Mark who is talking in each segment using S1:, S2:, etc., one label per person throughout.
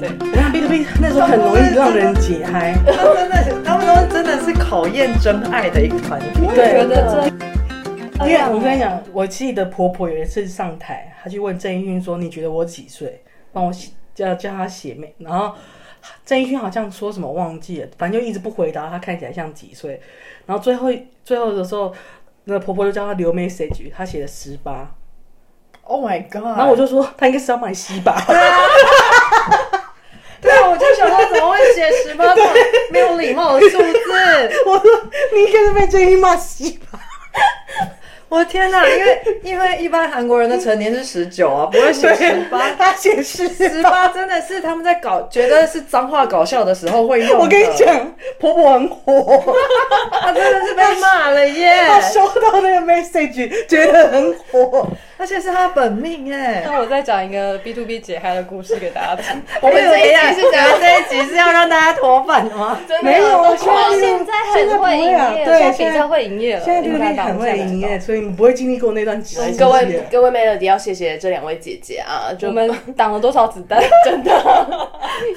S1: 对，
S2: 那 B to B 那时候很容易让人解嗨，
S1: 他真的，他们都真的是考验真爱的一个团体。
S3: 我也觉得
S2: 因
S3: 这，
S2: 为我跟你讲，我记得婆婆有一次上台，她去问郑义迅说：“你觉得我几岁？”帮我写叫叫她写妹，然后郑义迅好像说什么忘记了，反正就一直不回答。她看起来像几岁，然后最后最后的时候，那婆婆就叫她留 message，她写了十八，
S3: Oh my god！
S2: 然后我就说她应该是要买西吧，
S3: 对啊，我就想说怎么会写十八这种没有礼貌的数 字？
S2: 我说你应该是被郑义迅骂西 吧。
S1: 我的天哪，因为因为一般韩国人的成年是十九啊，不会写十八。
S2: 她写十
S1: 十八真的是他们在搞，觉得是脏话搞笑的时候会用的。
S2: 我跟你讲，婆婆很火。
S1: 她真的是被骂 了耶，
S2: 他收到那个 message，觉得很火。
S1: 而且是她本命哎。
S3: 那我再讲一个 B to B 解嗨的故事给大家听。
S1: 我
S3: 们这一集是想要
S1: 这一集是要让大家脱粉的吗？
S3: 真的
S2: 没有啊
S3: 我们
S2: 现
S3: 现
S2: 在
S3: 在很会营业，
S2: 现在不会啊对
S3: 比较会营业了，
S2: 现在这个力很会营业，所以你不会经历过那段期间。
S4: 各位各位 Melody 要谢谢这两位姐姐啊，
S3: 我
S4: 就
S3: 们挡了多少子弹？
S4: 真的，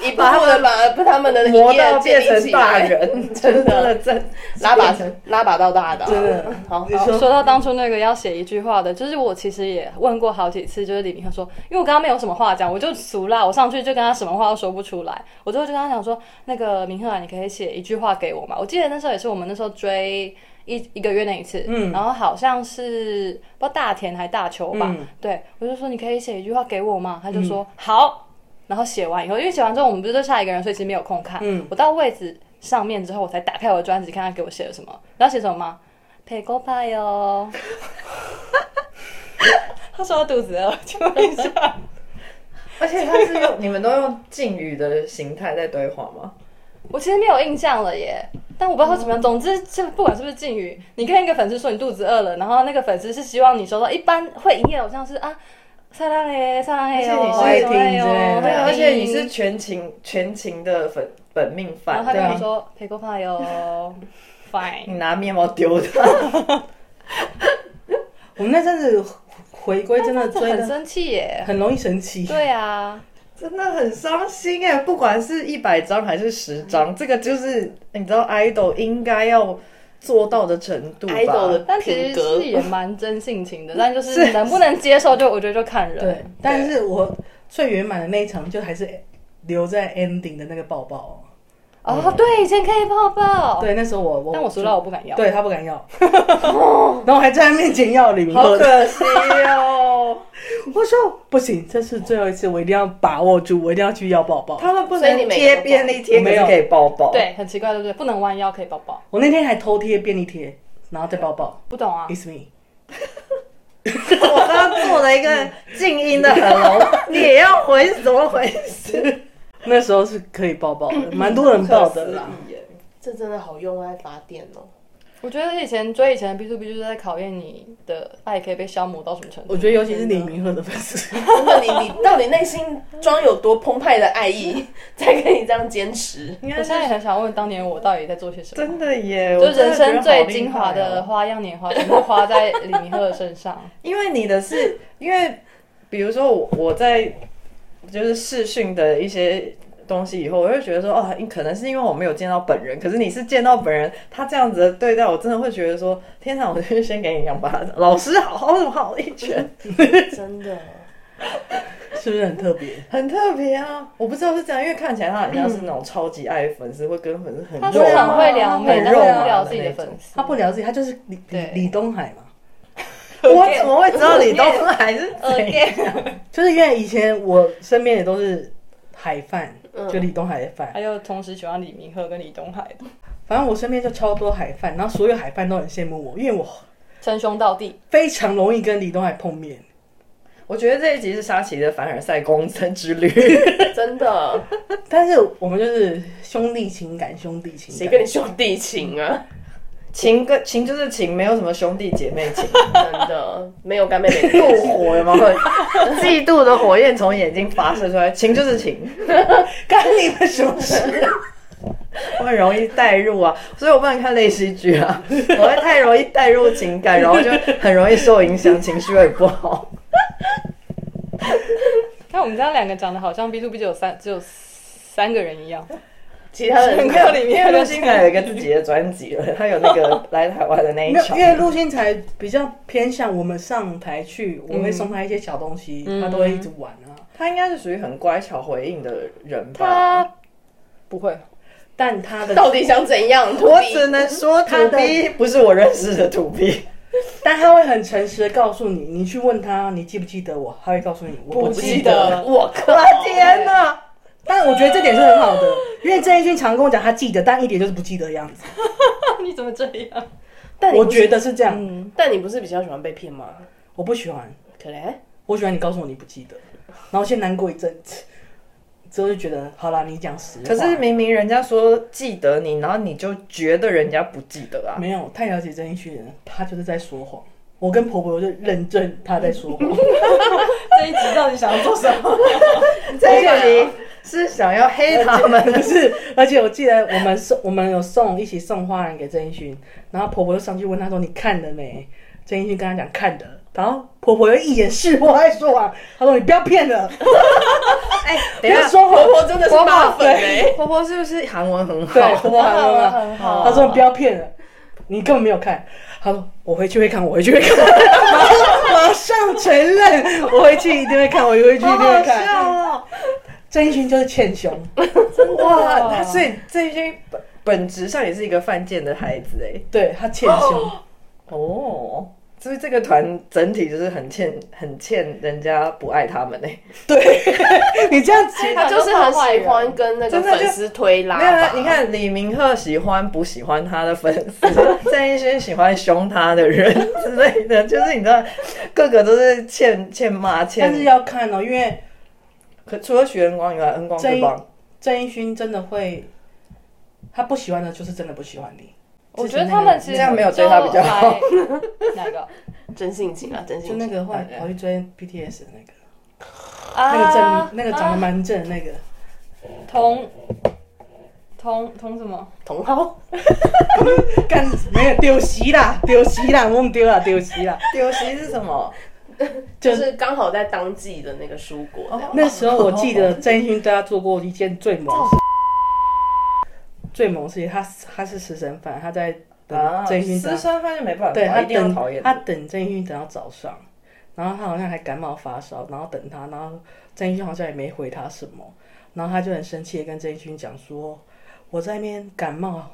S4: 一步他们的把把他们的
S1: 磨
S4: 营
S1: 到
S4: 业
S1: 变
S4: 建立
S1: 成
S4: 起
S1: 大
S4: 来，
S1: 人， 真的真
S4: 哎拉把拉把到大的，啊
S2: 真的
S4: 好
S2: 你。
S3: 好
S2: 说
S3: 说到当初那个要写一句话的，就是我其实也问过好几次，就是李明翰说，因为我刚刚没有什么话讲，我就俗辣，我上去就跟他什么话都说不出来，我最后就跟他讲说，那个明翰啊，你可以写一句话给我嘛。我记得那时候也是我们那时候追一一个月那一次，嗯，然后好像是不知道大田还大球吧，
S2: 嗯
S3: 对我就说你可以写一句话给我嘛，他就说、好。然后写完以后，因为写完之后我们不是就下一个人，所以其实没有空看。
S2: 嗯
S3: 我到位置上面之后，我才打开我的专辑，看他给我写了什么。然后写什么吗？陪哦狗派哟。他说他肚子饿，请问一下。
S1: 而且他是用你们都用敬语的形态在对话吗？
S3: 我其实没有印象了耶，但我不知道他怎么样。总之，就不管是不是敬语，你跟一个粉丝说你肚子饿了，然后那个粉丝是希望你收到。一般会营业的偶像是啊，撒浪哎，撒浪哎哟，
S1: 而且你是
S2: 怀婷
S3: 撒浪哎
S2: 之类
S3: 哟，
S2: 的
S1: 对，
S2: 嗯
S1: 而且你是全勤全勤的粉本命
S3: 然
S1: 犯
S3: 后，他
S2: 对啊
S3: 跟你说陪狗派哟
S1: 你
S3: ，fine。
S1: 拿面包丢他，
S2: 我们那阵子回归真的
S3: 这
S2: 追
S3: 很
S2: 的
S3: 生气耶。
S2: 很容易生气。
S3: 对啊，
S1: 真的很伤心哎！不管是一百张还是十张，这个就是你知道 idol 应该要做到的程度吧
S4: idol 的
S3: 但其实
S4: 品格
S3: 是也蛮真性 情的，但就是能不能接受就，我觉得就看人。
S2: 对，但是我最圆满的那一场就还是留在 ending 的那个抱抱。
S3: 哦，对，以前可以抱抱，
S2: 对，那时候我我
S3: 但我熟了，我不敢要。
S2: 对他不敢 要，然后我还在他面前要李明
S1: 好
S2: 赫，
S1: 可惜哦，
S2: 我说不行，这是最后一次，我一定要把握住，我一定要去要抱抱。
S1: 他们不
S4: 所以你
S1: 能
S4: 每个
S1: 贴
S4: 都
S1: 便利贴，可
S2: 没
S1: 是
S2: 有
S1: 可以抱抱。，
S3: 对，很奇怪，对不对？不能弯腰可以抱抱，
S2: 我那天还偷贴便利贴，然后再抱抱。
S3: 不懂啊。
S2: It's me。
S1: 我刚刚做了一个静音的 hello，你也要回怎么回事？
S2: 那时候是可以抱抱的，蛮多人抱的啦。
S4: 这真的好用来发电哦。
S3: 我觉得以前追以前的 B to B 就是在考验你的爱可以被消磨到什么程度。
S2: 我
S1: 哦
S2: 觉得尤其是李明赫的粉丝，
S4: 真的，你你到底内心装有多澎湃的爱意，才可以这样坚持？
S1: 应
S3: 我
S1: 该
S3: 现
S1: 是
S3: 在也很想问，当年我到底在做些什么？
S1: 真的耶，
S3: 就
S1: 我真的觉
S3: 人
S1: 得
S3: 生
S1: 好
S3: 最
S1: 厉
S3: 精
S1: 害
S3: 华的
S1: 哦，
S3: 花样年华，全部花在李明赫的身上。
S1: 因为你的是，因为比如说我我在就是视讯的一些。东西以后，我就觉得说，哦，你可能是因为我没有见到本人，可是你是见到本人，他这样子的对待我，真的会觉得说，天哪，我就先给你两巴掌，老师好好好好一 拳，
S4: 真的，
S2: 是不是很特别？
S1: 很特别啊！我不知道是这样，因为看起来他很像是那种超级爱粉丝，会跟粉丝 很
S3: 他是
S1: 肉麻
S3: 很会撩妹，
S1: 很
S3: 但是
S1: 肉麻
S3: 不聊自己
S1: 那
S3: 的
S1: 种
S3: 粉丝。
S2: 他不了解，他就是李李
S3: 对
S2: 李东海嘛。
S1: 我怎么会知道李东海是 谁？
S3: 呃 Again
S2: 就是因为以前我身边也都是海饭，
S4: 嗯
S2: 就李东海的饭。
S3: 还有同时喜欢李明赫跟李东海的，
S2: 反正我身边就超多海饭，然后所有海饭都很羡慕我，因为我
S3: 称兄道弟。
S2: 非常容易跟李东海碰面。
S1: 我觉得这一集是沙琪的凡尔赛宫城之旅，
S4: 真的，
S2: 但是我们就是兄弟情感，兄弟情
S4: 谁
S2: 感。
S4: 跟你兄弟情啊？
S1: 情跟情就是情，没有什么兄弟姐妹情。
S4: 真的，没有干妹妹 的
S1: 怒火有没有？嫉妒的火焰从眼睛发射出来，情就是 情，
S2: 干你们什么事？
S1: 我很容易带入啊，所以我不能看类戏剧啊，我会太容易带入情感，然后就很容易受影响，情绪会不好。
S3: 看我们这样两个讲的好像 B to B 只有三只有三个人一样。
S4: 其 他人
S3: 选课里
S1: 因
S3: 面
S1: 为陆星凯有一个自己的专辑了，他有那个来台湾的那一
S2: 没有，
S1: 场
S2: 因，为陆星才比较偏向我们上台去，我会送他一些小东西，
S3: 嗯
S2: 他都会一直玩啊。
S1: 他应该是属于很乖巧回应的人吧。
S2: 啊
S3: 他不会，
S2: 但他的
S4: 到底想怎样？
S1: 我
S4: 徒弟
S1: 只能说土逼不是我认识的土逼，
S2: 但他会很诚实的告诉你，你去问他你记不记得我，他会告诉你我
S4: 不
S2: 记
S4: 记得，我
S1: 我
S4: 靠！
S1: 的天哪！
S2: 但我觉得这点是很好的，因为郑义俊常跟我讲他记得，但一点就是不记得的样子。
S3: 你怎么这样？
S4: 但你
S2: 我
S4: 不是
S2: 觉，得是这样，
S3: 嗯
S4: 但你不是比较喜欢被骗吗？
S2: 我不喜欢，
S4: 可能
S2: 我喜欢你告诉我你不记得，然后先难过一阵子，之后就觉得好啦，你讲实话。
S1: 可是明明人家说记得你，然后你就觉得人家不记得啊。
S2: 没有太了解郑义俊了，他就是在说谎。我跟婆婆就认证他在说 谎。
S3: 这一集到底想要做什么？
S1: 这个你是想要黑他们？
S2: 不是，而且我记得我们送我们有送一起送花篮给郑义勋，然后婆婆就上去问他说：“你看了没？”郑义勋跟他讲看了，然后婆婆又一眼识破，在说谎，她说：“你不要骗了，
S1: 哎，
S2: 不
S1: 等一
S2: 要
S1: 下，
S2: 说谎。
S4: 婆婆真的是辣粉哎，
S1: 婆婆是不是韩文很”
S2: 对，
S1: 好？啊
S2: 婆 婆还问
S3: 很嗯好
S2: 了，
S3: 很好啊
S2: 她说：“你不要骗了，你根本没有看。”她说：“我回去会看，我回去会看。” 马上马上承认，我回去一定会看，我回去一定会看。
S1: 哦！
S2: 郑义勋就是欠凶，
S1: 哇，他所以这些本本质上也是一个犯贱的孩子哎。
S2: 对他欠凶。
S1: 哦，所以这个团整体就是很欠、很欠人家不爱他们哎。
S2: 对你这样子，
S4: 她就是很喜欢跟那个
S1: 真的就
S4: 粉丝推拉
S1: 没有啊
S4: 吧。，
S1: 你看李明赫喜欢不喜欢他的粉丝， 郑义轩喜欢凶他的人之类的，就是你知道，各个都是欠欠骂
S2: 但是
S1: 欠。
S2: 要看哦，因为。
S1: 可除了许恩光以外，恩光最棒。
S2: 郑义勋真的会，他不喜欢的就是真的不喜欢你。
S3: 我觉得他们其实
S1: 这样没有对他比较好
S3: 就 来。哪个？
S4: 真性情啊，真性
S2: 就
S4: 情。
S2: 那个后来跑去追 BTS 的那个，那个
S3: 啊
S2: 正，那个长得蛮正的那个，
S3: 同同同什么？
S4: 同好，
S2: 干没有丢席啦，丢席啦，我们丢啦，丢席啦。
S1: 丢席是什么？
S2: 就
S4: 就是刚好在当季的那个蔬果
S1: 哦
S4: 这样。
S2: 那时候我记得郑义勋对他做过一件最猛的事，最猛的事情，他他是食神饭，他在
S1: 啊，
S2: 等郑义勋
S1: 私
S2: 等，
S1: 生饭就没办法，
S2: 对他
S1: 一定要讨
S2: 等
S1: 厌
S2: 他
S1: 的。
S2: 等郑义勋等到早上。然后他好像还感冒发烧，然后等他，然后郑义勋好像也没回他什么，然后他就很生气的跟郑义勋讲说：“我在那边感冒，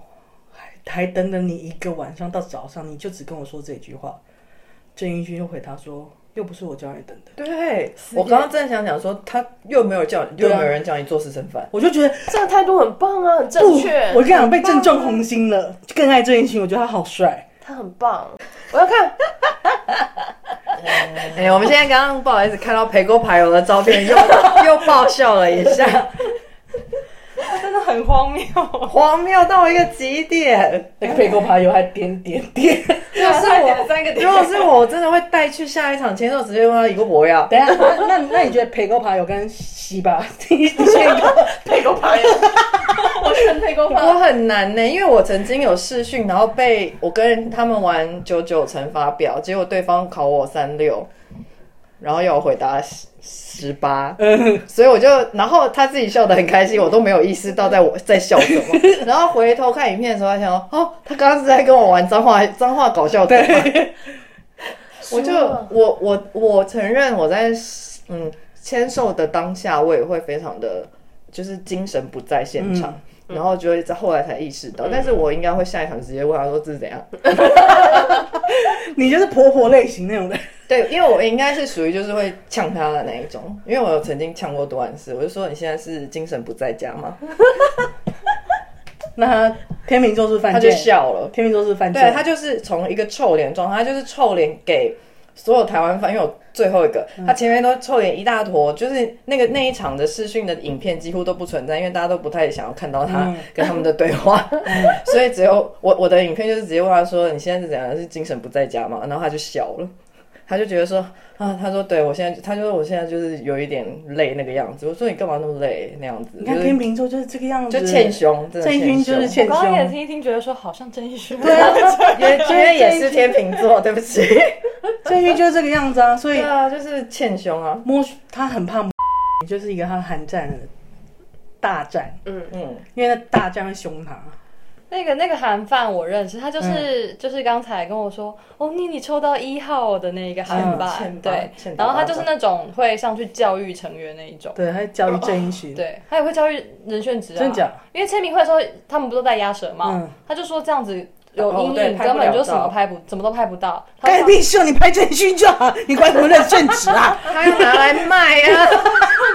S2: 还还等等你一个晚上到早上，你就只跟我说这句话。”郑义勋又回他说：“又不是我叫你等的。
S1: 对，我刚刚正想讲说，他又没有叫你，又
S2: 啊
S1: 没有人叫你做私生饭”。
S2: 我就觉得
S4: 这个态度很棒啊，很正确。
S2: 哦我跟你讲，被正中红心了，更爱郑义勋，我觉得他好帅。
S4: 他很棒，我要看。
S1: 哎、我们现在刚刚不好意思看到裴哥牌友的照 片，又又爆笑了一下，
S3: 他真的很荒谬。
S1: 荒谬到一个极点。
S2: 那 个背锅爬油还点点点，
S3: 就是我三个
S1: 如果是我，我真的会带去下一场签售，直接问他一个不要。
S2: 等一下，那那那你觉得陪沟爬油跟西巴，你你先讲
S4: 配狗牌，我选配 狗
S1: 我很难呢、因为我曾经有试训，然后被我跟他们玩九九乘法表，结果对方考我三六，然后要我回答十十八，所以我就，然后他自己笑得很开心，我都没有意识到在我在笑什么。然后回头看影片的时候，他想说，哦，他刚刚是在跟我玩脏话脏话搞笑梗吗。 我就我我我承认我在嗯签售的当下，我也会非常的就是精神不在现场。然后就会在后来才意识到，但是我应该会下一场直接问他说这是怎样？
S2: 你就是婆婆类型那种的。
S1: 对，因为我应该是属于就是会呛他的那一种，因为我有曾经呛过多安斯，我就说你现在是精神不在家吗？
S2: 那他天秤座是犯
S1: 他就
S2: 贱，
S1: 笑了，
S2: 天秤座是犯
S1: 对
S2: 贱，
S1: 他就是从一个臭脸状态，他就是臭脸给所有台湾饭，因为我最后一个，
S2: 嗯
S1: 他前面都臭脸一大坨，就是那个那一场的视讯的影片几乎都不存在，因为大家都不太想要看到他
S2: 嗯
S1: 跟他们的对话， 所以只有我我的影片就是直接问他说你现在是怎样，是精神不在家吗？然后他就笑了。他就觉得说啊，他说对我现在，他就说我现在就是有一点累那个样子。我说你干嘛那么累那样子？
S2: 你
S1: 就
S2: 看
S1: 是
S2: 天秤座就是这个样子，
S1: 就欠凶，真的
S2: 郑
S1: 欠
S2: 义勋就是
S1: 凶
S2: 欠
S3: 我刚刚也
S2: 凶，
S3: 听一听，觉得说好像郑义勋。
S2: 对啊，
S1: 也因为也是天秤座，对不起。
S2: 郑义勋就是这个样子啊，所以
S1: 对 啊，就是欠凶啊。
S2: 摸他很怕摸，就是一个他的寒战大战，
S4: 嗯，
S1: 嗯，
S2: 因为那大战会凶他。
S3: 那个那个韩范我认识，他
S1: 嗯
S3: 就是、就是刚才跟我说，哦，你你抽到一号的那个韩爸，
S1: 嗯欠巴
S3: 对
S1: 欠，巴
S3: 然后他就是那种会上去教育成员那一种，
S2: 对，他会教育郑一
S1: 哦
S2: 群，
S3: 对，他也会教育人选值啊，
S2: 真假？
S3: 因为签名会的时候，他们不都戴鸭舌帽，
S2: 嗯
S3: 他就说这样子有
S1: 哦
S3: 阴
S1: 对
S3: 影，
S1: 拍不
S3: 根本就
S1: 了
S3: 什么
S1: 照
S3: 拍不，怎么都拍不到。他
S2: 干
S3: 上
S2: 你屁事！你拍郑勋就好，你管什么认正直 啊？
S1: 他要拿来卖啊，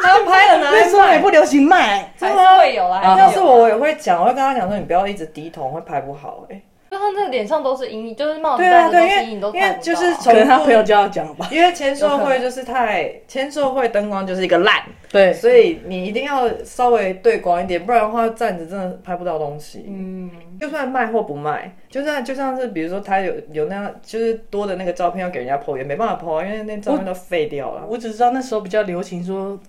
S1: 他要拍了拿
S2: 那
S1: 来
S2: 时候也
S1: 卖。啊
S2: 不流行卖，
S3: 还是会有啦，还
S1: 要
S3: 是
S1: 是
S3: 有。
S1: 我，我也会讲，我会跟他讲说，你不要一直低头，会拍不好、欸。
S3: 就他那个脸上都是阴影，就是帽子
S1: 对
S3: 戴
S1: 啊，
S3: 着都
S1: 对，因
S3: 是阴影，
S1: 为
S3: 都
S1: 因
S3: 看
S1: 为
S3: 不到。
S1: 就是
S2: 可
S1: 从
S2: 能他朋友就要讲吧。
S1: 因为签售会就是太签售会灯光就是一个烂，
S2: 对，
S1: 所以你一定要稍微对光一点，不然的话站着真的拍不到东西。
S3: 嗯，
S1: 就算卖或不卖，就算就像是比如说他有有那样就是多的那个照片要给人家 PO，也没办法 PO 啊，因为那照片都废掉了，
S2: 我只知道那时候比较流行说，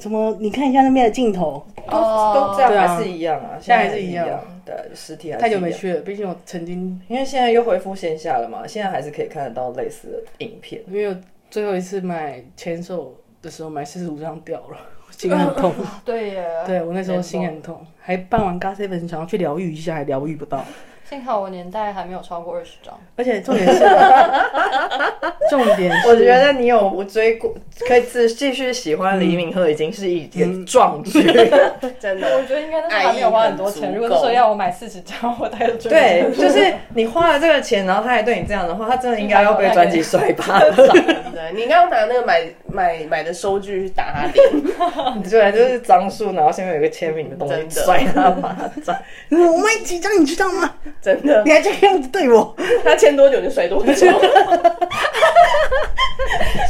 S2: 什么你看一下那边的镜头，
S1: 都、都这
S2: 对
S1: 样
S2: 啊
S1: 还是一样啊，
S2: 现在还
S1: 还
S2: 是
S1: 一
S2: 一样，
S1: 对，实体还是
S2: 太久
S1: 一
S2: 没
S1: 样，
S2: 去了。毕竟我曾经
S1: 因为现在又恢复线下了嘛，现在还是可以看得到类似的影片。
S2: 因为我最后一次买签售的时候买四十五张掉了， 心很痛。
S3: 啊对耶，
S2: 对我那时候心很痛，还办完 g a s e v e 想要去疗愈一下，还疗愈不到。
S3: 幸好我年代还没有超过二十张。
S2: 而且重点 是，重点是，
S1: 我觉得你有追过，可以自继续喜欢李敏赫，已经是一点壮举。
S4: 真
S3: 我
S4: 的，
S3: 觉得应该那时候还没有花很多钱。
S4: 爱意很足
S3: 如
S4: 够
S3: 果那时候要我买四十张，我大概就追不
S1: 对，
S3: 上
S1: 就是你花了这个钱，然后他还对你这样的话，他真的应该要被专辑摔吧？
S4: 对，你刚刚拿那个买买买的收据去打他脸，
S1: 对，就是张树，然后下面有一个签名的东西
S4: 真的
S1: 摔他巴 掌。
S2: 我卖几张你知道吗？
S4: 真的
S2: 你，还这个样子对我，
S4: 他欠多久就甩多久，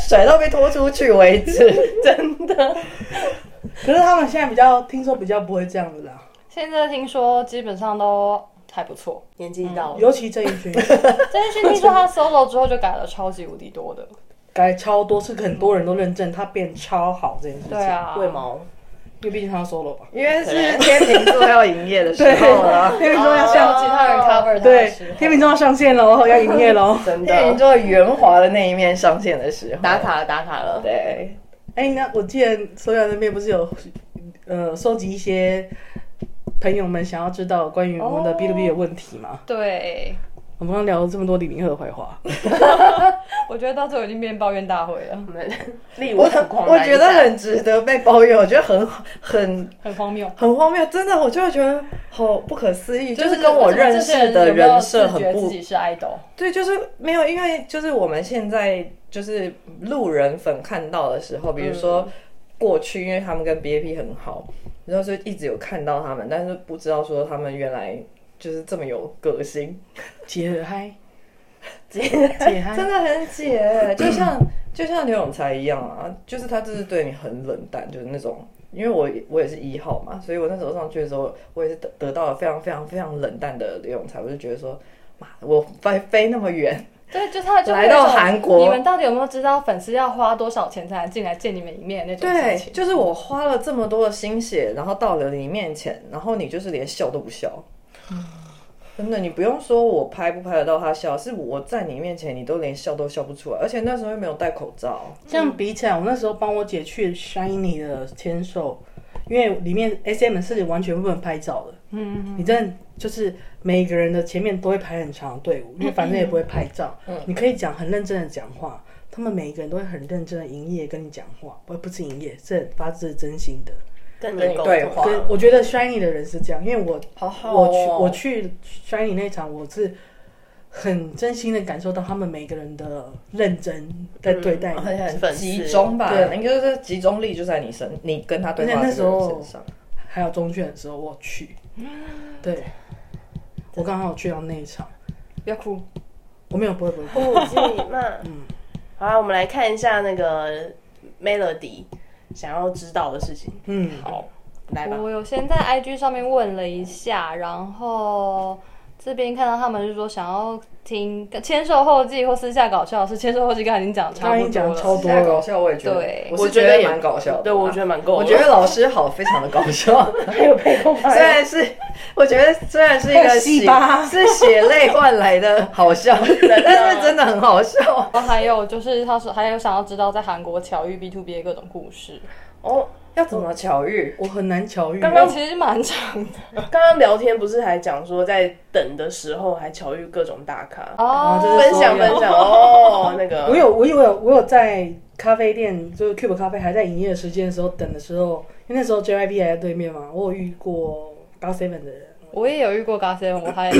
S1: 甩到被拖出去为止。
S4: 真的。
S2: 可是他们现在比较，听说比较不会这样子啦，
S3: 现在听说基本上都还不错。
S4: 年纪到了，
S2: 尤其这一群
S3: 郑钧听说他 solo 之后就改了超级无敌多的。
S2: 改超多，是很多人都认证他变超好这件事情。
S3: 对，啊，
S4: 为毛？。
S2: 因为毕竟他要 solo 吧。
S1: 因为是天秤座要营业的时候啊 了，
S2: 天秤座要
S3: 像
S2: 上，
S3: 其他人 cover 他的
S2: 对
S3: 时候，
S2: 天秤座要上线喽，要营业喽
S4: 真
S1: 天秤
S4: 的，
S1: 座圆滑的那一面上线的时候，
S4: 打卡了，打卡了。
S1: 对，
S2: 哎，那我记得收养那边不是有，呃，收集一些朋友们想要知道关于我们的
S3: 哦
S2: B to B 的问题嘛？
S3: 对，
S2: 我们刚刚聊了这么多李明赫的坏话，
S3: 我觉得到最后已经变抱怨大会了
S4: 我，们力
S1: 我
S4: 挽狂澜
S1: 我
S4: 一下
S1: 觉得很值得被抱怨，我觉得很很
S3: 很荒谬。
S1: 很荒谬，真的，我就会觉得好不可思议，就是跟我认识的人设很
S3: 有没有
S1: 不
S3: 自觉自己是 idol，
S1: 对，就是没有，因为就是我们现在就是路人粉看到的时候，比如说过去，因为他们跟 BAP 很好，然后就一直有看到他们，但是不知道说他们原来就是这么有个性，
S2: 解嗨，解解
S1: 真
S2: 嗨，
S1: 的很 解，就像就像刘永才一样啊，就是他就是对你很冷淡，就是那种。因为我我也是一号嘛，所以我那时候上去的时候，我也是得得到了非常非常非常冷淡的刘永才，我就觉得说，妈，我 飞飞那么远，
S3: 对，就他就会有
S1: 来到韩国
S3: 你们到底有没有知道粉丝要花多少钱才能进来见你们一面那种
S1: 对
S3: 事，情？
S1: 就是我花了这么多的心血，然后到了你面前，然后你就是连笑都不笑。嗯真的，你不用说我拍不拍得到他笑，是我在你面前，你都连笑都笑不出来，而且那时候又没有戴口罩。
S2: 这样比起来，我那时候帮我姐去 Shiny 的签售，因为里面 S M 是完全不能拍照的，
S3: 嗯，
S2: 你真的就是每个人的前面都会排很长的队伍，因为反正也不会拍照，
S1: 嗯
S2: 你可以讲很认真的讲话，他们每一个人都会很认真的营业跟你讲话，不不是营业，是很发自真心的。
S4: 跟
S1: 跟
S4: 你
S1: 你
S4: 沟
S1: 对
S4: 通
S1: 话
S2: 对，我觉得 Shiny 的人是这样，因为我
S1: 好好
S2: 我去
S1: 哦
S2: 我去 Shiny 那场，我是很真心的感受到他们每个人的认真在对待你。
S1: 而且
S4: 粉
S1: 嗯很
S4: 丝
S1: 集中吧，
S2: 对
S1: 应该就是集中力就在你身，你跟他对话
S2: 而且
S1: 的
S2: 那时
S1: 这个
S2: 候
S1: 人身上。
S2: 还有中卷的时候我去，对，我刚好去到那一场，
S3: 不要哭，
S2: 我没有不会不会，不会
S4: 顾忌嘛。嗯好啊啦，我们来看一下那个 Melody 想要知道的事情。
S2: 嗯，
S4: 好，来吧。
S3: 我有先在 IG 上面问了一下，然后这边看到他们是说想要听牵手后记或私下搞笑，是牵手后记刚才已经讲得差
S2: 刚
S3: 不
S2: 刚已
S3: 多
S2: 经讲
S3: 了，
S2: 得超多
S1: 现在搞笑我也觉得
S3: 对，
S1: 我是
S4: 觉
S1: 觉
S4: 得
S1: 得
S4: 也
S1: 蛮搞笑的啊。
S4: 对，我觉得蛮够了。哦
S1: 我觉得老师好非常的搞笑。
S4: 还有被控
S1: 虽然是，我觉得虽然是一
S2: 还
S1: 个
S2: 有戏
S1: 血
S2: 吧
S1: 是血泪换来的好笑，但是真的很好笑。
S3: 然后还有就是他说还有想要知道在韩国巧遇 B to B 的各种故事，
S4: 哦，
S1: 要怎么巧遇？
S2: 我很难巧遇。
S4: 刚
S3: 那
S4: 刚
S3: 其实蛮长的
S4: 刚刚聊天不是还讲说，在等的时候还巧遇各种大咖，
S2: 哦这是
S4: 分
S2: 说
S4: 享
S2: 要
S4: 分享哦，那个
S2: 我有，我有，我有，我有在咖啡店，就是 Cube 咖啡还在营业的时间的时候等的时候，因为那时候 JYP 还在对面嘛，我有遇过高 seven 的人，
S3: 我也有遇过 g a s 我还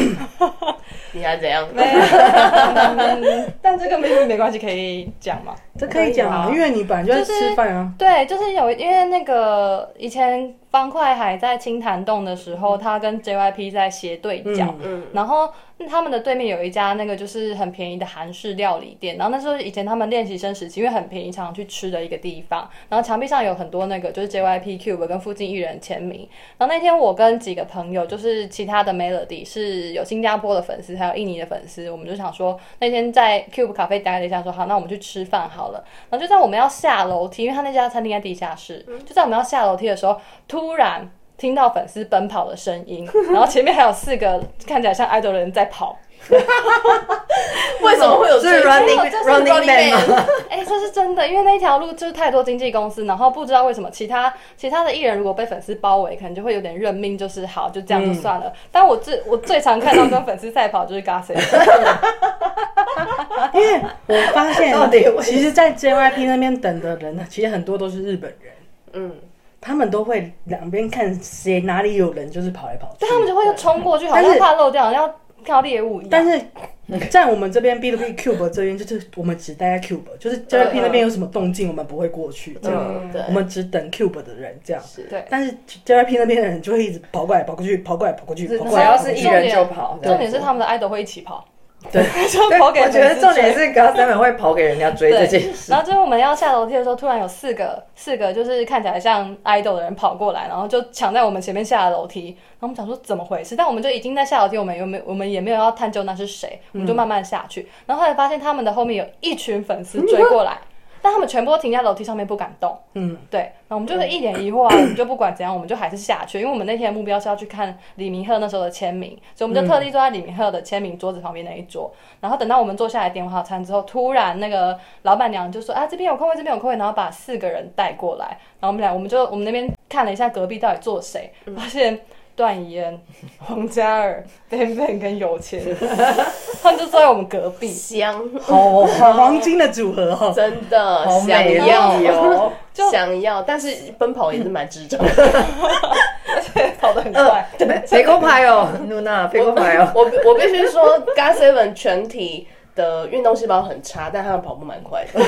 S4: 你还怎样？
S3: 没有，嗯但这个没没关系，可以讲嘛。
S2: 这可以讲啊，
S3: 可以啊
S2: 因为你本来就在
S3: 就是
S2: 吃饭啊，
S3: 对，就是有因为那个以前方块海在清潭洞的时候，他跟 JYP 在斜对角，
S2: 嗯
S4: 嗯，
S3: 然后他们的对面有一家那个就是很便宜的韩式料理店，然后那时候以前他们练习生时期，因为很便宜，常常去吃的一个地方。然后墙壁上有很多那个就是 JYP Cube 跟附近艺人签名。然后那天我跟几个朋友，就是其他的 Melody 是有新加坡的粉丝，还有印尼的粉丝，我们就想说那天在 Cube 咖啡待了一下，说好，那我们去吃饭好了。然后就在我们要下楼梯，因为他那家餐厅在地下室，就在我们要下楼梯的时候，突然听到粉丝奔跑的声音， 然后前面还有四个看起来像爱豆的人在跑。
S4: 为什么会有
S1: 是
S4: 这
S1: running
S3: 这啊是
S1: running man 吗？
S3: 哎、这是真的，因为那一条路就是太多经纪公司，然后不知道为什么其他其他的艺人如果被粉丝包围，可能就会有点认命，就是好就这样就算
S1: 嗯
S3: 了。但我最我最常看到跟粉丝赛跑就是 Gossip，啊
S2: 因为我发 现
S1: 到底为，
S2: 其实，在 JYP 那边等的人呢，啊其实很多都是日本人，
S4: 嗯，
S2: 他们都会两边看谁哪里有人，就是跑来跑去
S3: 对，他们就会冲过去，好
S2: 但是
S3: 像怕漏掉，好像要看到猎物一样。
S2: 但是在我们这边 B to B Cube 这边，就是我们只待在 Cube，就是 JYP 那边有什么动静，我们不会过去，这样，
S4: 嗯，对，
S2: 我们只等 Cube 的人这样。
S4: 是
S3: 对，
S2: 但是 JYP 那边的人就会一直跑过来、跑过去、跑过来、跑过去、
S1: 只
S2: 跑过
S1: 只
S2: 来。
S1: 要
S2: 跑过
S1: 是
S2: 去
S1: 艺人就跑，
S3: 重点是他们的 idol 会一起跑，
S2: 对，
S3: 就
S1: 对，
S3: 跑给
S1: 我觉得
S3: 粉丝
S1: 重点
S3: 追
S1: 是 g o s 会跑给人家追这件事。
S3: 然后就是我们要下楼梯的时候，突然有四个四个就是看起来像 idol 的人跑过来，然后就抢在我们前面下楼梯。然后我们想说怎么回事，但我们就已经在下楼梯，我们有没有我们也没有要探究那是谁，
S1: 嗯
S3: 我们就慢慢下去。然后后来发现他们的后面有一群粉
S1: 嗯
S3: 丝追过来。但他们全部都停在楼梯上面不敢动，
S2: 嗯，
S3: 对，然后我们就是一脸疑惑啊，我们就不管怎样，我们就还是下去，因为我们那天的目标是要去看李明赫那时候的签名，所以我们就特地坐在李明赫的签名桌子旁边那一桌，然后等到我们坐下来点好餐之后，突然那个老板娘就说：“啊，这边有空位，这边有空位。”然后把四个人带过来，然后我们俩我们就我们那边看了一下隔壁到底坐谁，发现段怡恩、 黄嘉尔、Ben Ben 跟有钱， 他们就坐在我们隔壁。
S4: 香，
S2: 好好黄金的组合哦。
S4: 真的
S1: 好
S4: 想
S1: 美丽
S4: 要
S1: 哦，
S3: 就
S4: 想要，但是奔跑也是蛮智障的。
S3: 跑得很
S1: 呃
S3: 快，
S1: 肥公牌哦，露娜，肥公牌哦，
S4: 我我必须说 g a Seven 全体的运动细胞很差，但他们跑步蛮快 的。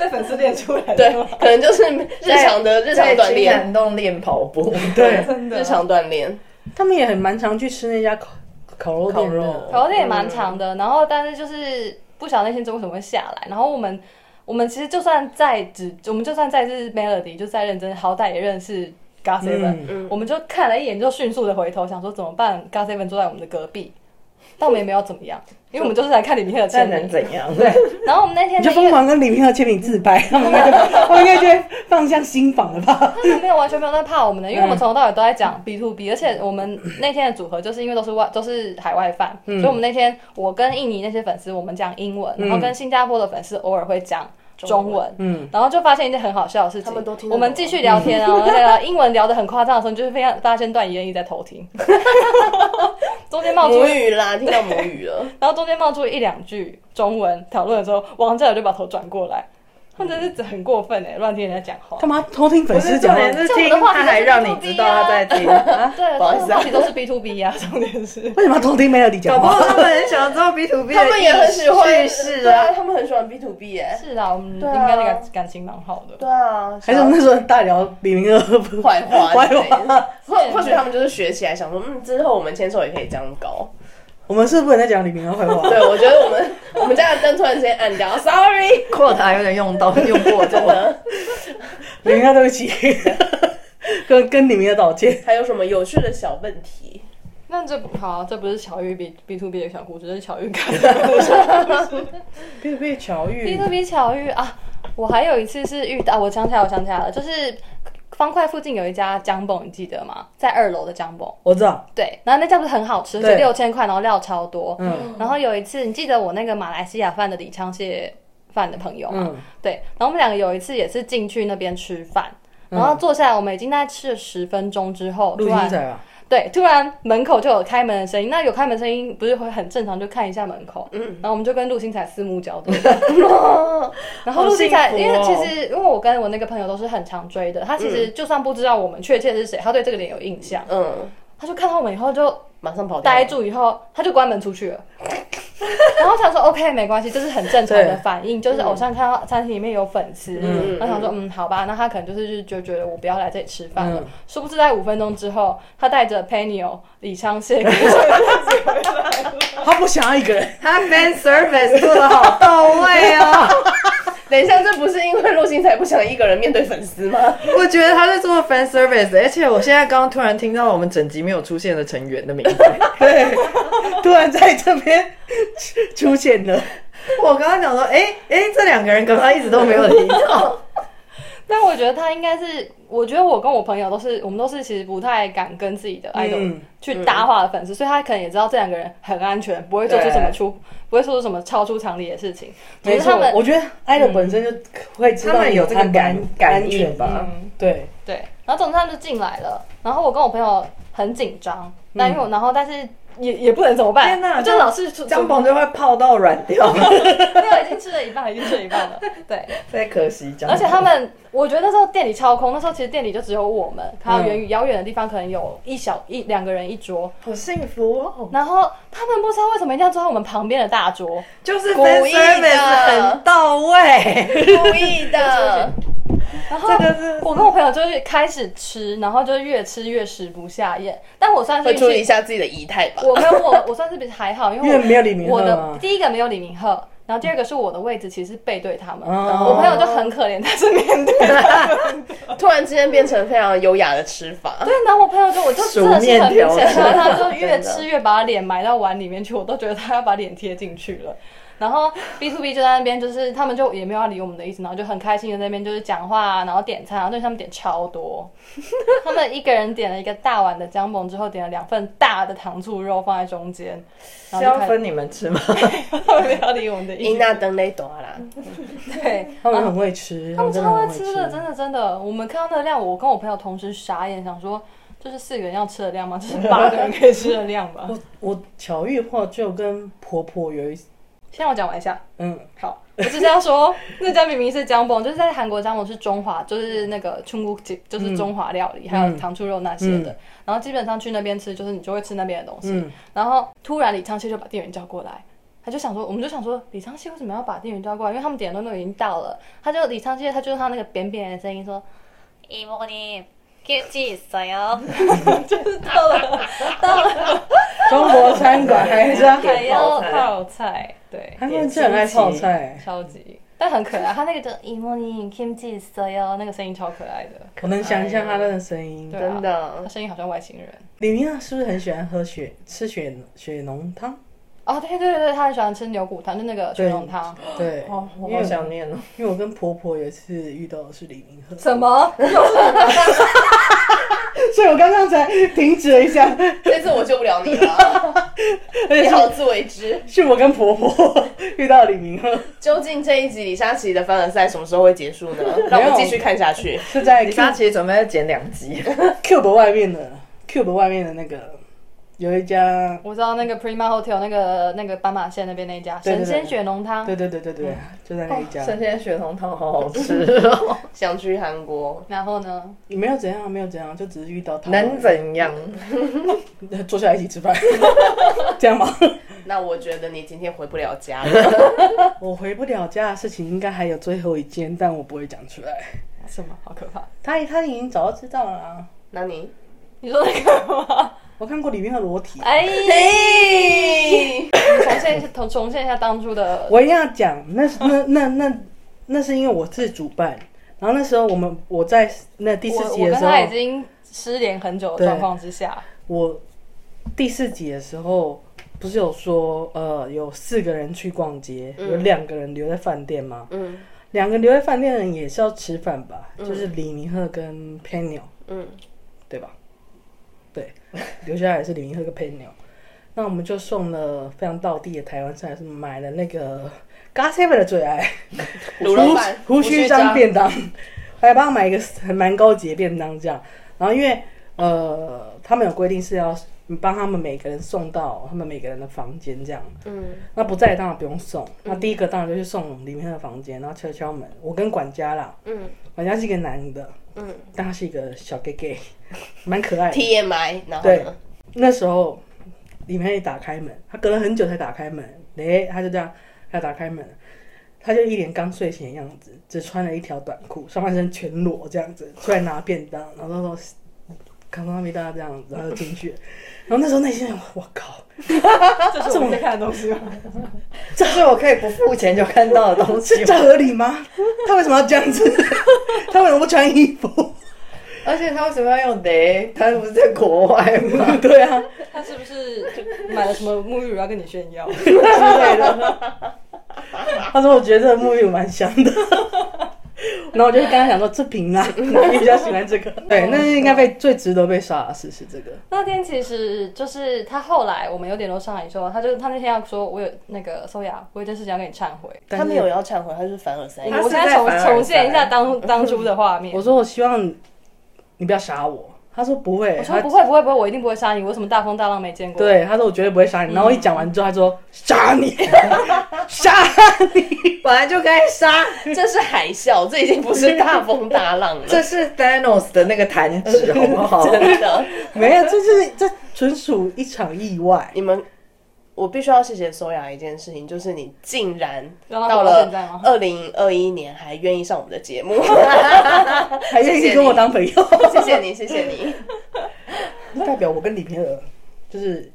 S3: 被粉丝练出来
S4: 对
S3: 的吗，，
S4: 可能就是日常的日常锻
S1: 在青
S4: 炼，
S1: 潭洞练跑步，
S2: 对，
S3: 真的
S4: 日常锻炼。
S2: 他们也很蛮常去吃那家烤烤肉店的
S4: 烤肉
S3: 烤肉店也
S2: 嗯
S3: 蛮长的，然后但是就是不晓得那天中为什么会下来，然后我们我们其实就算再只我们就算再是 Melody，就再认真，好歹也认识 g o s e v e n
S2: 嗯
S4: 嗯
S3: 我们就看了一眼，就迅速的回头，想说怎么办 g o s e v e n 坐在我们的隔壁，但我们也没有怎么样，因为我们就是来看里面的
S1: 那
S3: 签
S1: 能
S3: 名。
S1: 怎样？对，
S3: 然后我们那天
S2: 你就
S3: 的
S2: 疯
S3: 夜
S2: 狂跟李明和签名自拍，他们应该就，他们应该就会放向新房了吧？
S3: 他们没有完全没有在怕我们的，
S4: 嗯
S3: 因为我们从头到尾都在讲 B to B，而且我们那天的组合就是因为都是外都是海外饭，
S4: 嗯
S3: 所以我们那天我跟印尼那些粉丝我们讲英文，然后跟新加坡的粉丝偶尔会讲。中文，嗯，然后就发现一件很好笑的事情，
S4: 他们都听得懂
S3: 我们继续聊 天啊，我们在聊英文聊得很夸张的时候，你就会非常发现段怡恩一直在偷听， 中间冒出
S4: 母语啦，听到母语了，
S3: 然后中间冒出一两句中文讨论的时候，王嘉尔就把头转过来，他们真是很过分哎、乱听人家讲话。
S2: 干嘛偷听粉
S1: 不
S2: 丝
S1: 是
S2: 讲
S1: 重
S2: 话？
S1: 点是听，他还让你知道他在听，
S3: 对，
S4: 不好意思啊
S3: 而且都是 B to B 啊，重点是。
S2: 为什么要偷听 Melody
S1: 搞
S2: 讲
S1: 不
S2: 话？
S1: 好他们很想知道 B to B
S4: 他们也很喜欢
S1: 叙事
S4: 对啊，
S1: 啊。
S4: 他们很喜欢 B to B 耶。
S3: 是啊，我们应
S4: 对啊
S3: 该感感情蛮好的。
S4: 对啊，
S2: 还是我们那时候大聊李明和
S4: 坏话
S2: 坏
S4: 之类的
S2: 话？
S4: 或或许他们就是学起来，想说，嗯，之后我们牵手也可以这样搞。
S2: 我们是不能再讲李明和坏话。
S4: 对，我觉得我们我们家的灯突然之间暗掉，sorry，
S1: 扩台有点用到用过
S4: 真
S1: 头，
S4: 的。
S2: 李明和啊对不 起，跟跟李明和道歉。
S4: 还有什么有趣的小问题？
S3: 那这不好、这不是巧遇 B B to B 的小故事，这是巧遇
S2: 被被巧
S3: B
S2: 遇
S3: to B 巧遇啊！我还有一次是遇到，我想起来，我想起来了，就是方块附近有一家姜蹦，你记得吗？在二楼的姜蹦。
S2: 我知道，
S3: 对，然后那家不是很好吃，
S2: 对
S3: 是六千块，然后料超多。
S2: 嗯
S3: 然后有一次，你记得我那个马来西亚饭的李昌蟹饭的朋友吗？
S2: 嗯，
S3: 对，然后我们两个有一次也是进去那边吃饭，然
S1: 嗯
S3: 后坐下来，我们已经大概吃了十分钟之后，
S2: 陆
S3: 突
S2: 金
S3: 然
S2: 仔啊，
S3: 对，突然门口就有开门的声音。那有开门声音不是会很正常，就看一下门口。嗯，然后我们就跟陆星才四目交 对。然后陆星才，
S1: 好幸福哦嗯
S3: 因为其实因为我跟我那个朋友都是很常追的，他其实就算不知道我们确切是谁，他对这个点有印象。
S4: 嗯，
S3: 他就看到我们以后就
S4: 马上跑掉
S3: 呆，住以后，他就关门出去了。 然后我想说 OK 没关系，这是很正常的反应，就是偶像看到餐厅里面有粉丝，
S2: 嗯
S3: 然后想说嗯好吧，那他可能就是就觉得我不要来这里吃饭了。
S2: 嗯
S3: 殊不知在五分钟之后，他带着 Penio 李昌宪跟
S2: 他不想要一个人，
S1: 他 fan service 做的好到位啊！
S4: 等一下，这不是因为陆星才不想一个人面对粉丝吗？
S1: 我觉得他在做 fan service，而且我现在刚刚突然听到我们整集没有出现的成员的名字。
S2: 突然在这边出现 了。
S1: 我刚刚想说，哎、哎、这两个人刚刚一直都没有提到。
S3: 但我觉得他应该是，我觉得我跟我朋友都是，我们都是其实不太敢跟自己的 idol
S2: 嗯
S3: 去搭话的粉丝，所以他可能也知道这两个人很安全，不会做出什么出，不会做出什么超出常理的事情。只
S2: 没
S3: 是
S2: 错
S3: 他，们嗯
S2: 我觉得 idol 本身就会知
S1: 他
S2: 道
S1: 们
S2: 你
S1: 有这个
S2: 安不安
S1: 感感
S2: 安全
S1: 应
S2: 吧？
S3: 嗯
S2: 对，
S3: 对，然后总之他们就进来了，然后我跟我朋友很紧张，但因为我然后但是也也不能怎么办，
S1: 天哪
S3: 我就老是
S1: 张鹏就会泡到软 掉，
S3: 没有已经吃了一半，已经吃了一半了，对，
S1: 太可惜张鹏。
S3: 而且他们，我觉得那时候店里超空，那时候其实店里就只有我们，还有远远遥远的地方可能有一小一两个人一桌，
S1: 好幸福哦，
S3: 然后他们不知道为什么一定要坐在我们旁边的大桌，
S1: 就是 fan
S4: 故意的
S1: service 很到位，
S4: 故意 的，
S3: 然后
S1: 这个是
S3: 我跟我朋友就是开始吃，然后就越吃越食不下咽，但我算是
S4: 会
S3: 运
S4: 处理
S3: 气
S4: 一下自己的仪态吧。
S3: 我没有我我算是比还好，因
S2: 因为
S3: 为我
S2: 没有李明
S3: 我
S2: 赫
S3: 的
S2: 嘛。
S3: 第一个没有李明赫，然后第二个是我的位置其实是背对他们，
S2: 哦
S3: 我朋友就很可怜，他是面对。
S4: 突然之间变成非常优雅的吃 法，
S3: 对，然后我朋友就我就真的是很明显，然后他就越吃越把脸埋到碗里面去，我都觉得他要把脸贴进去了。然后 B to B 就在那边，就是他们就也没有要理我们的意思，然后就很开心的在那边就是讲话、啊，然后点餐，然后对他们点超多， 他们一个人点了一个大碗的姜饼，之后点了两份大的糖醋肉放在中间，
S1: 是
S3: 然后就
S1: 要
S3: 开始
S1: 分你们吃吗？
S3: 他们没有理我们的意
S4: 因
S3: 思，
S4: 那等雷朵啦，
S3: 对，
S2: 他们很会吃，
S3: 他们
S2: 真
S3: 超
S2: 的
S3: 会
S2: 很
S3: 吃的，真的真的。我们看到那个量，我跟我朋友同时傻眼，想说这是四个人要吃的量吗？这是八个人可以吃的量吧？
S2: 我我巧遇的话，就跟婆婆有一
S3: 先让我讲完一下。
S2: 嗯，
S3: 好，我就是要说，那家明明是姜崩，就是在韩国姜崩是中华，就是那个春菇鸡，
S2: 嗯
S3: 就是中华料理，还有糖醋肉那些的。然后基本上去那边吃，就是你就会吃那边的东西。
S2: 嗯
S3: 然后突然李昌熙就把店员叫过来，他就想说，我们就想说李昌熙为什么要把店员叫过来？因为他们点的东西都已经到了，他就李昌熙他就用他那个扁扁的声音说，
S5: 이모님 길지 있어요?
S3: 就是到了，到了
S2: 中国餐馆还是啊
S3: 还
S1: 泡
S3: 要
S1: 菜
S3: 泡菜，对，
S2: 韩国人真的很爱泡菜，
S3: 超级。但很可爱，他那个的 “imoni kimchi s o 那个声音超可爱的，
S2: 我能想象他的声音
S3: 对。啊
S4: 真的
S3: 他。声音好像外星人。
S2: 李明啊，是不是很喜欢喝血吃血血浓汤？
S3: 哦，对对对，他很喜欢吃牛骨汤，就那个血浓汤。
S2: 对，
S1: 哦，我好想念哦。
S2: 因为我跟婆婆有一次遇到的是李明赫，
S3: 什么？
S2: 所以我刚刚才停止了一下，
S4: 这次我救不了你了，
S2: 而
S4: 你
S2: 且
S4: 好
S2: 是
S4: 自为之。
S2: 是我跟婆婆 遇到李明赫，
S4: 究竟这一集李莎琪的凡尔赛什么时候会结 束呢？让我们继续看下去。
S2: 是在
S1: 李莎
S2: Cube
S1: 其实准备要剪两集，
S2: Cube 外面的 Cube 外面的那个有一家，
S3: 我知道那个 Prima Hotel 那个那个斑马线那边那一家
S2: 对对
S3: 神
S2: 对
S3: 仙血浓汤，
S2: 对对对对对，就在那一
S4: 哦
S2: 家。
S1: 生鲜血浓汤好好吃 哦，
S4: 想去韩国，
S3: 然后呢，
S2: 没有怎样，没有怎样，就只是遇到他
S1: 能怎样？
S2: 坐下来一起吃饭， 这样吗？
S4: 那我觉得你今天回不了家 了。
S2: 我回不了家的事情应该还有最后一件，但我不会讲出来。
S3: 什么好可怕？
S2: 他他已经早就知道了啊，
S4: 那你，
S3: 你说那个 吗？
S2: 我看过里面的裸体。
S3: 哎，重现一下，重重现一下当初的。
S2: 我一定要讲，那是那那那那是因为我是主办，然后那时候我们我在那第四
S3: 我
S2: 集
S3: 我
S2: 的
S3: 跟
S2: 时候
S3: 他，已经失联很久的状况之下，
S2: 我第四集的时候不是有说呃有四个人去逛街，
S3: 嗯
S2: 有两个人留在饭店吗？
S4: 嗯
S2: 两个留在饭店的人也是要吃饭吧？
S3: 嗯
S2: 就是李明赫跟 Penny，哦
S4: 嗯，
S2: 对吧？对，留下来是李明赫跟 Penny。那我们就送了非常道地的台湾菜，是买了那个 g a s e v e n 的最爱
S4: 卤肉饭，
S2: 胡须张便当。 还帮他买一个很蛮高级的便当这样。然后因为呃，他们有规定是要你帮他们每个人送到他们每个人的房间这样。
S4: 嗯，
S2: 那不在当然不用送，那第一个当然就去送里面的房间，然后敲敲门。我跟管家啦，
S4: 嗯，
S2: 管家是一个男的，
S4: 嗯，
S2: 但他是一个小 gay gay，蛮可爱的。
S4: TMI，然后
S2: 对
S4: 呢？
S2: 那时候里面一打开门，他隔了很久才打开门，诶、他就这样，他打开门，他就一脸刚睡醒的样子，只穿了一条短裤，上半身全裸这样子，出来拿便当，然后说康康米达这样子，然后就进去，然后那时候内心想，我靠，
S3: 这是我们在看的东西吗？
S1: 这是我可以不付钱就看到的东 西
S2: 这这
S1: 吗？
S2: 合理吗？他为什么要这样子？ 他为什么不穿衣服？
S1: 而且他为什么要用 day？他不是在国外吗？
S2: 对 啊，
S3: 他是不是买了什么沐浴乳要跟你炫耀？
S2: 之类的。他说：“我觉得这个沐浴乳蛮香 的。”然后我就跟他讲说：“这瓶啦，你比较喜欢这
S4: 哦
S2: 个。”对，那应该被最值得被杀的事是这个。
S3: 那天其实就是他后来我们有点都上来说，他就他那天要说，我有那个苏雅，我有件事情要跟你忏悔。
S2: 但
S4: 他
S2: 是
S4: 没有要忏悔，他是凡尔赛
S3: 我。
S1: 他
S3: 们
S1: 是
S3: 现
S1: 在
S3: 重
S1: 凡尔赛
S3: 重现一下当当初的画 面。
S2: 我说：“我希望你不要杀我。”他说：“不会。”
S3: 我说不会不会不会，我一定不会杀你，我什么大风大浪没见过。
S2: 他。对，他说：“我绝对不会杀
S4: 嗯
S2: 你。”然后一讲完之后，他说：“杀 你，杀你
S1: 本来就该杀，
S4: 这是海啸，这已经不是大风大浪 了，
S1: 这是 Thanos 的那个弹指，好不 好？
S4: 真的。！”
S2: 没有，这就是这纯属一场意外。
S4: 你们，我必须要谢谢苏雅一件事情，就是你竟然
S3: 让她
S4: 到
S3: 活到
S4: 了
S3: 现在吗
S4: 二零二一年还愿意上我们的节目，
S2: 还愿
S4: 谢谢
S2: 意
S4: 你
S2: 跟我当朋友，
S4: 谢谢你，谢谢你。
S2: 代表我跟李平儿就是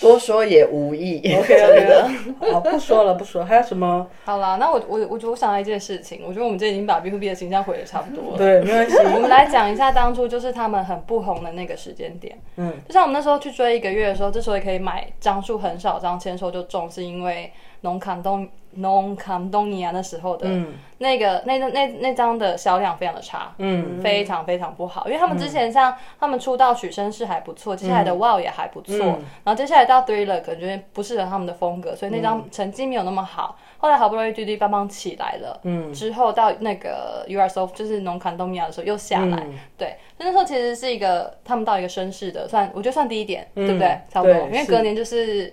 S1: 多说也无益。
S2: OK OK，好， 不说了，不说了。还有什么？
S3: 好啦，那我我我觉得我想到一件事情，我觉得我们这已经把 B to B 的形象毁的差不多了。
S2: 对，没关系。
S3: 我们来讲一下当初就是他们很不红的那个时间点。
S2: 嗯，
S3: 就像我们那时候去追一个月的时候，之所以可以买张数很少张签售就中，是因为农坎东农坎东尼亚那时候的
S2: 嗯
S3: 那个、那那那那张的销量非常的差，
S2: 嗯，
S3: 非常非常不好。因为他们之前像他们出道许绅士还不错，接下来的 Wow 也还不错，
S2: 嗯
S3: 然后接下来到 Thriller 可能就不适合他们的风格，所以那
S2: 嗯
S3: 张成绩没有那么好。后来好不容易滴滴邦邦起来了，
S2: 嗯
S3: 之后到那个 You Are So 就是农坎东尼亚的时候又下来，
S2: 嗯
S3: 对，所以那时候其实是一个他们到一个绅士的，算我觉得算低点，
S2: 嗯
S3: 对不对？差不多，
S2: 对
S3: 因为
S2: 是
S3: 隔年就是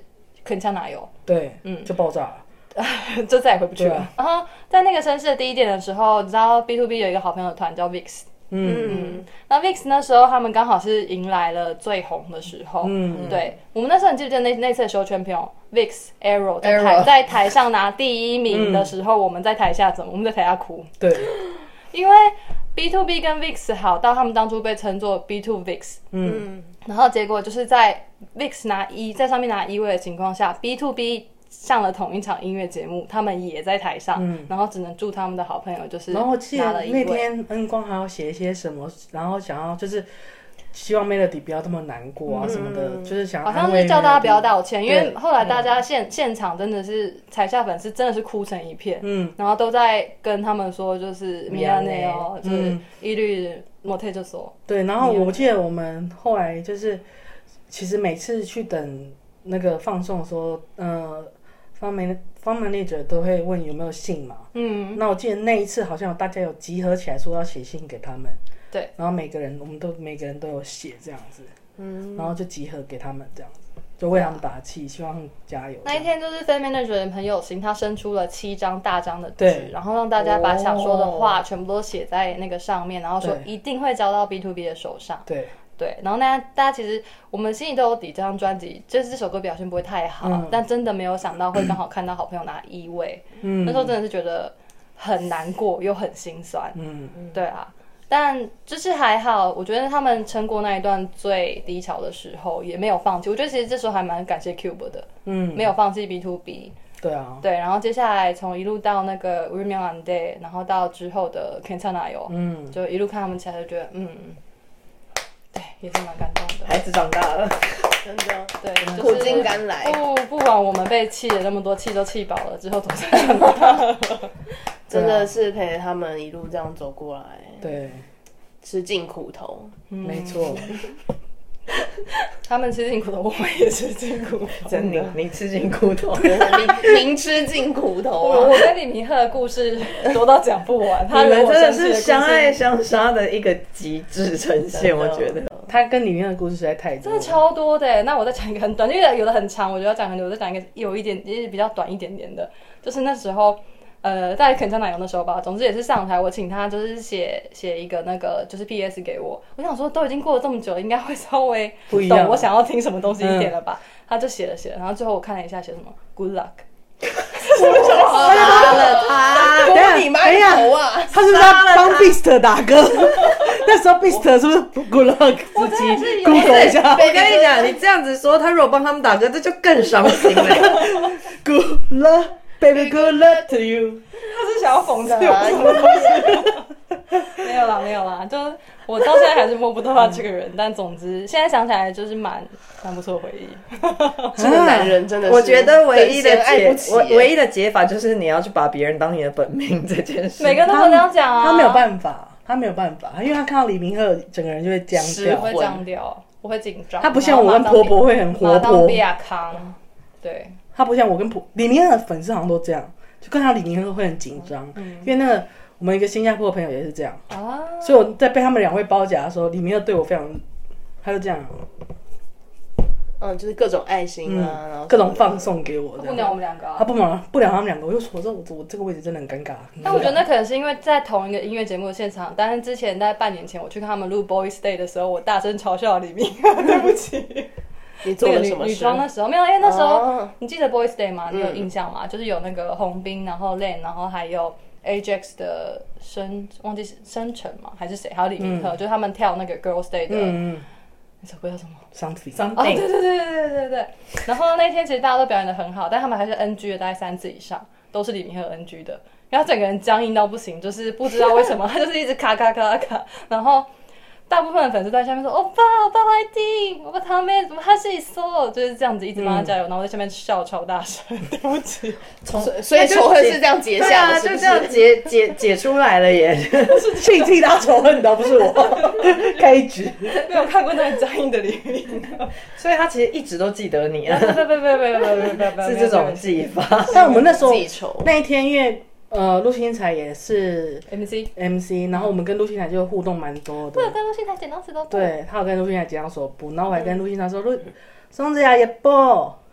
S3: 铿锵哪有，
S2: 对，
S3: 嗯
S2: 就爆炸了。
S3: 就再也回不去
S2: 对
S3: 了
S2: 啊。
S3: 然后在那个绅士的低点的时候，你知道 B to B 有一个好朋友团叫 VIX，
S2: 嗯
S4: 嗯，
S3: 那 VIX 那时候他们刚好是迎来了最红的时候，
S2: 嗯，
S3: 对我们那时候你记不记得那那次的时候圈片哦，VIX Arrow 在台
S1: Arrow
S3: 在台上拿第一名的时
S2: 嗯
S3: 候，我们在台下怎么？我们在台下哭，
S2: 对，
S3: 因为 B to B 跟 VIX 好到他们当初被称作 B to VIX，
S2: 嗯
S3: 然后结果就是在 VIX 拿一在上面拿一位的情况下，B to B 上了同一场音乐节目，他们也在台上，
S2: 嗯
S3: 然后只能祝他们的好朋友就是
S2: 然后我记
S3: 拿
S2: 得
S3: 了一
S2: 那
S3: 位。
S2: 天恩光还要写一些什么，然后想要就是希望 Melody 不要这么难过啊什么的，就是想要
S3: 嗯好像
S2: 安慰
S3: 是叫大家不要
S2: Melody
S3: 道歉，因为
S2: 对
S3: 后来大家现、现场真的是台下粉丝真的是哭成一片，
S2: 嗯，
S3: 然后都在跟他们说就是米亚内哦，
S2: 嗯
S3: 就是一律莫退就走。
S2: 对，然
S3: 啊
S2: 后我记得我们后来就是，其实每次去等那个放送的时候，呃，方美方 manager 都会问有没有信嘛。
S3: 嗯，
S2: 那我记得那一次好像有大家有集合起来说要写信给他们，
S3: 对，
S2: 然后每个人我们都每个人都有写这样子，嗯，然后就集合给他们这样子，就为他们打气，希望他们加油。
S3: 那一天就是 Fan Manager 很有心，他伸出了七张大张的纸
S2: 对，哦
S3: 然后让大家把想说的话全部都写在那个上面，然后说
S2: 对
S3: 一定会交到 B to B 的手上。
S2: 对，
S3: 对，然后那大家其实我们心里都有底，这张专辑就是这首歌表现不会太好，
S2: 嗯
S3: 但真的没有想到会刚好看到好朋友拿一位，
S2: 嗯
S3: 那时候真的是觉得很难过又很心酸。
S2: 嗯，
S3: 对啊，但就是还好，我觉得他们撑过那一段最低潮的时候，也没有放弃。我觉得其实这时候还蛮感谢 Cube 的，
S2: 嗯，
S3: 没有放弃 B to B。
S2: 对啊，
S3: 对，然后接下来从一路到那个 w o m e n on Day，然后到之后的 k e n t a n a 有，
S2: 嗯，
S3: 就一路看他们起来就觉得，嗯，对，也是蛮感动的。
S1: 孩子长大了，
S4: 真的
S3: 对，就是
S4: 苦尽甘来，
S3: 不不管我们被气了那么多，气都气饱了，之后总是
S4: 真的是陪着他们一路这样走过来，
S2: 对，
S3: 嗯
S4: 吃尽苦头。
S2: 没错，
S3: 他们吃尽苦头，我们也吃尽苦头。
S1: 真的，你吃进骨头。
S4: 明明吃进苦头
S3: 我
S4: 啊！
S3: 我跟李明赫的故事多到讲不完，他
S1: 你
S3: 惹
S1: 们
S3: 我
S1: 真的
S3: 生气
S1: 是
S3: 故事
S1: 相爱相杀的一个极致呈现，我觉得。
S2: 他跟里面的故事实在太多
S3: 真
S2: 了
S3: 的超多的耶。欸那我再讲一个很短，因为有的很长，我觉得要讲很久，我再讲一个有一点就是比较短一点点的，就是那时候。呃，在肯江奶油那时候吧，总之也是上台，我请他就是写写一个那个就是 P.S. 给我，我想说都已经过了这么久，应该会稍微
S2: 不一
S3: 懂
S2: 样嗯
S3: 我想要听什么东西一点了吧？他就写了写了，然后最后我看了一下写什么 Good luck，
S4: 杀了
S1: 啊
S4: 他，
S2: 等一下
S4: 我你妈一头啊！
S2: 他是不是在帮 Beast 打歌？ 那时候 Beast 是不是 Good Luck
S3: 我
S2: 自
S3: 真的
S2: 己
S3: 是有
S2: Google 一下
S1: 我跟你讲，你这样子说，他如果帮他们打歌，这就更伤心 了。
S2: Good Luck Baby Good Luck to you。
S3: 他是想要讽刺
S4: 啊
S3: 我。没有啦，没有啦，就我到现在还是摸不透他这个人，但总之现在想起来就是蛮蛮不错的回忆。
S4: 这个男人真的是，
S1: 我觉得唯一的
S4: 本身爱
S1: 解
S4: 不，
S1: 我唯
S4: 一
S1: 一的解法就是你要去把别人当你的本命这件事。
S3: 每个人都会这样讲啊，
S2: 他没有办法，他没有办法，因为他看到李明赫整个人就会僵
S4: 失
S2: 掉
S3: 我。会僵掉，我会紧张。
S2: 他不像我跟婆婆会很活
S3: 马当
S2: 泼
S3: 比，亚康，对，
S2: 他不像我跟婆李明赫的粉丝好像都这样，就看到李明赫会很紧张，
S3: 嗯
S2: 因为那个我们一个新加坡的朋友也是这样，
S3: 啊，
S2: 所以我在被他们两位包夹的时候，李明赫对我非常，他就这样，
S4: 嗯，就是各种爱心啊，然后
S2: 嗯，各种放送给我
S3: 不
S2: 这
S3: 鸟我
S2: 样。
S3: 们两个啊
S2: 他。不忙不聊他们两个，我就说我这我我这个位置真的很尴尬。
S3: 但我觉得那可能是因为在同一个音乐节目的现场，但是之前在半年前我去看他们录《Boys Day》的时候，我大声嘲笑李明，对不起，
S4: 你做
S3: 那个
S4: 了
S3: 女
S4: 什么
S3: 女
S4: 事？啊
S3: 装那时候没有，因为那时候
S4: 哦
S3: 你记得 Boys Day 吗？你有
S2: 嗯
S3: 印象吗？就是有那个红兵，然后 Lan，然后还有 Ajax 的生，忘记是生辰嘛还是谁，还有李明赫，就是他们跳那个 Girls Day 的，
S2: 嗯嗯嗯
S3: 那首歌叫什么？
S2: ，something，啊
S3: 哦，对对对对对对对。然后那天其实大家都表演的很好，但他们还是 NG 了大概三次以上，都是李明赫 NG 的。然后整个人僵硬到不行，就是不知道为什么他就是一直咔咔咔咔。然后大部分的粉丝都在下面说：“欧巴，欧巴来听，欧巴他们怎么还是你说？”就是这样子一直帮他加油。然后我在下面笑超大声，对不起，
S4: 所以所以仇恨是这样结
S1: 对
S4: 下
S1: 啊，
S4: 的，是
S1: 就
S4: 不
S1: 这样
S4: 是？
S1: 解解解出来了耶。
S2: 气替他仇恨的不是我，开一 局。
S3: 没有看过那么僵硬的李明赫。
S1: 所以他其实一直都记得你啊
S3: 不，不不不不不不，
S1: 是这种技法。
S2: 但我们那时候
S4: 记仇
S2: 那一天，因为呃，陆星材也是
S3: MC。
S2: MC，然后我们跟陆星材就互动蛮多的
S3: 我。有跟陆星材剪刀石头布，
S2: 对他有跟陆星材讲手部，然后我还跟陆星材
S3: 嗯
S2: 说：“陆松子啊雅也不。”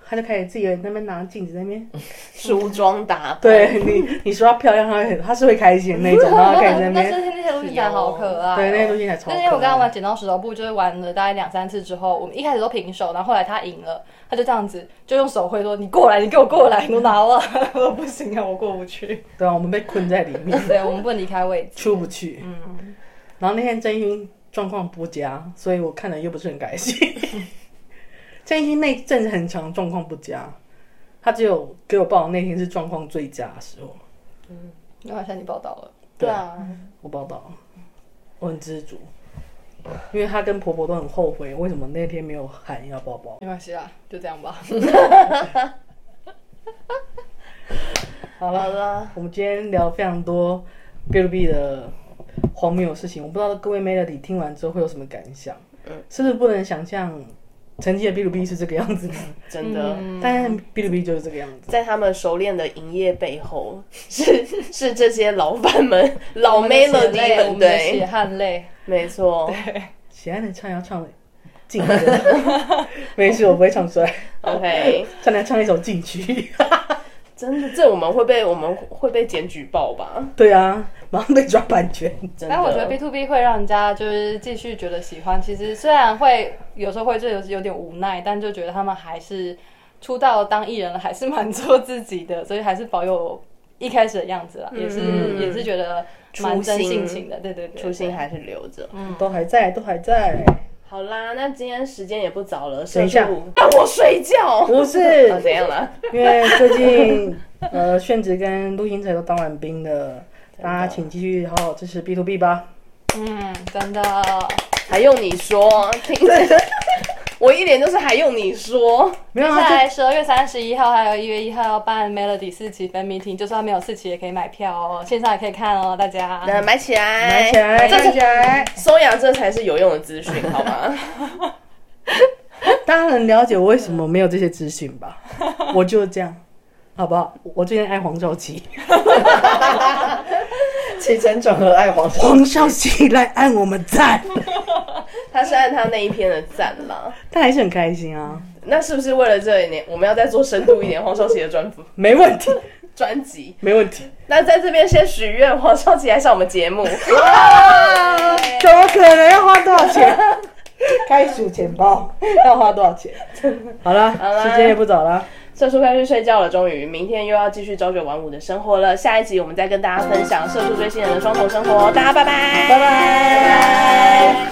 S2: 他就开始自己那边拿镜子那 边，
S4: 梳妆打扮，
S2: 对你你说她漂亮，她会他是会开心的那 种，然后她开始在那
S3: 但是
S2: 边，
S3: 那些陆星材好可爱哦，
S2: 对，那些陆星材超可
S3: 那天我跟他
S2: 爱
S3: 玩。剪刀石头布，就是玩了大概两三次之后，我们一开始都平手，然后后来他赢了，他就这样子就用手挥说：“你过来，你给我过来，你给我拿了。”我说：“不行啊，我过不去。
S2: 对啊，我们被困在里面”，
S3: 对，我们不能离开位置。
S2: 出不去。嗯，然后那天郑钧状况不佳，所以我看了又不是很开 心。郑钧那一阵子很长状况不佳，他只有给我报那天是状况最佳的时候，
S3: 那好像你报道了，
S4: 对啊，
S2: 我报道了，我很知足，因为他跟婆婆都很后悔，为什么那天没有喊要抱抱。
S3: 没关系啦，啊就这样吧。
S2: 好
S4: 好
S2: 了，
S4: 了，
S2: 我们今天聊非常多 B to B 的荒谬的事情，我不知道各位 Melody 听完之后会有什么感想，
S4: 嗯
S2: 是不是不能想象曾经的 B to B 是这个样子呢？
S4: 真的。
S3: 嗯
S2: 但 B to B 就是这个样子，
S4: 在他们熟练的营业背后，是是这些老板们、老妹
S3: 我
S4: 了
S3: 们的血泪，我
S4: 们
S3: 们的血
S4: 对，
S3: 汗泪，
S4: 没错。
S2: 喜爱的唱要唱的进歌， 没事，我不会唱出来，
S4: OK，
S2: 唱来唱一首禁区，
S4: 真的，这我们会被我们会被检举报吧？
S2: 对啊，马上被抓版权，
S4: 真的，
S3: 但我觉得 B to B 会让人家就是继续觉得喜欢。其实虽然会有时候会就有有点无奈，但就觉得他们还是出道当艺人了，还是蛮做自己的，所以还是保有一开始的样子啦，也
S4: 嗯
S3: 是也是觉得蛮真性情的。对对对，
S4: 初心还是留着。
S2: 都还在，都还在，
S4: 好啦，那今天时间也不早了，
S2: 等一下
S4: 社畜让我睡觉。
S2: 不是
S4: 啊，怎样啦？
S2: 因为最近呃，炫子跟陆星辰都当完兵了，大家请继续好好支持 B to B 吧。
S3: 嗯， 真的。
S4: 还用你说？听 着，我一脸就是还用你说？
S2: 没有
S3: 接
S2: 啊，
S3: 下
S2: 这
S3: 来十二月三十一号还有一月一号要办 Melody 四期 fan meeting，就算没有四期也可以买票哦，线上也可以看哦，大家。
S4: 那买起来，
S2: 买起来，
S4: 这
S2: 站
S4: 是
S2: 起来。
S4: 收养，这才是有用的资讯，好吗？
S2: 大家能了解我为什么没有这些资讯吧？我就是这样，好不好？我最近爱黄少琪，
S1: 起承转合爱黄黄，
S2: 黄少琪来按我们赞，
S4: 他是按他那一篇的赞啦。
S2: 他还是很开心啊，
S4: 那是不是为了这一年，我们要再做深度一点黄少琪的专辑？
S2: 没问题，
S4: 专辑？
S2: 没问题，
S4: 那在这边先许愿，黄少琪来上我们 节目。
S2: 怎么可能要花多少钱？开数钱包要花多少钱？好了，
S4: 啦
S2: 时间也不早了，
S4: 社畜该去睡觉了，终于，明天又要继续朝九晚五的生活了。下一集我们再跟大家分享社畜追星人的双重生活哦，大家拜拜，
S2: 拜拜
S4: 拜拜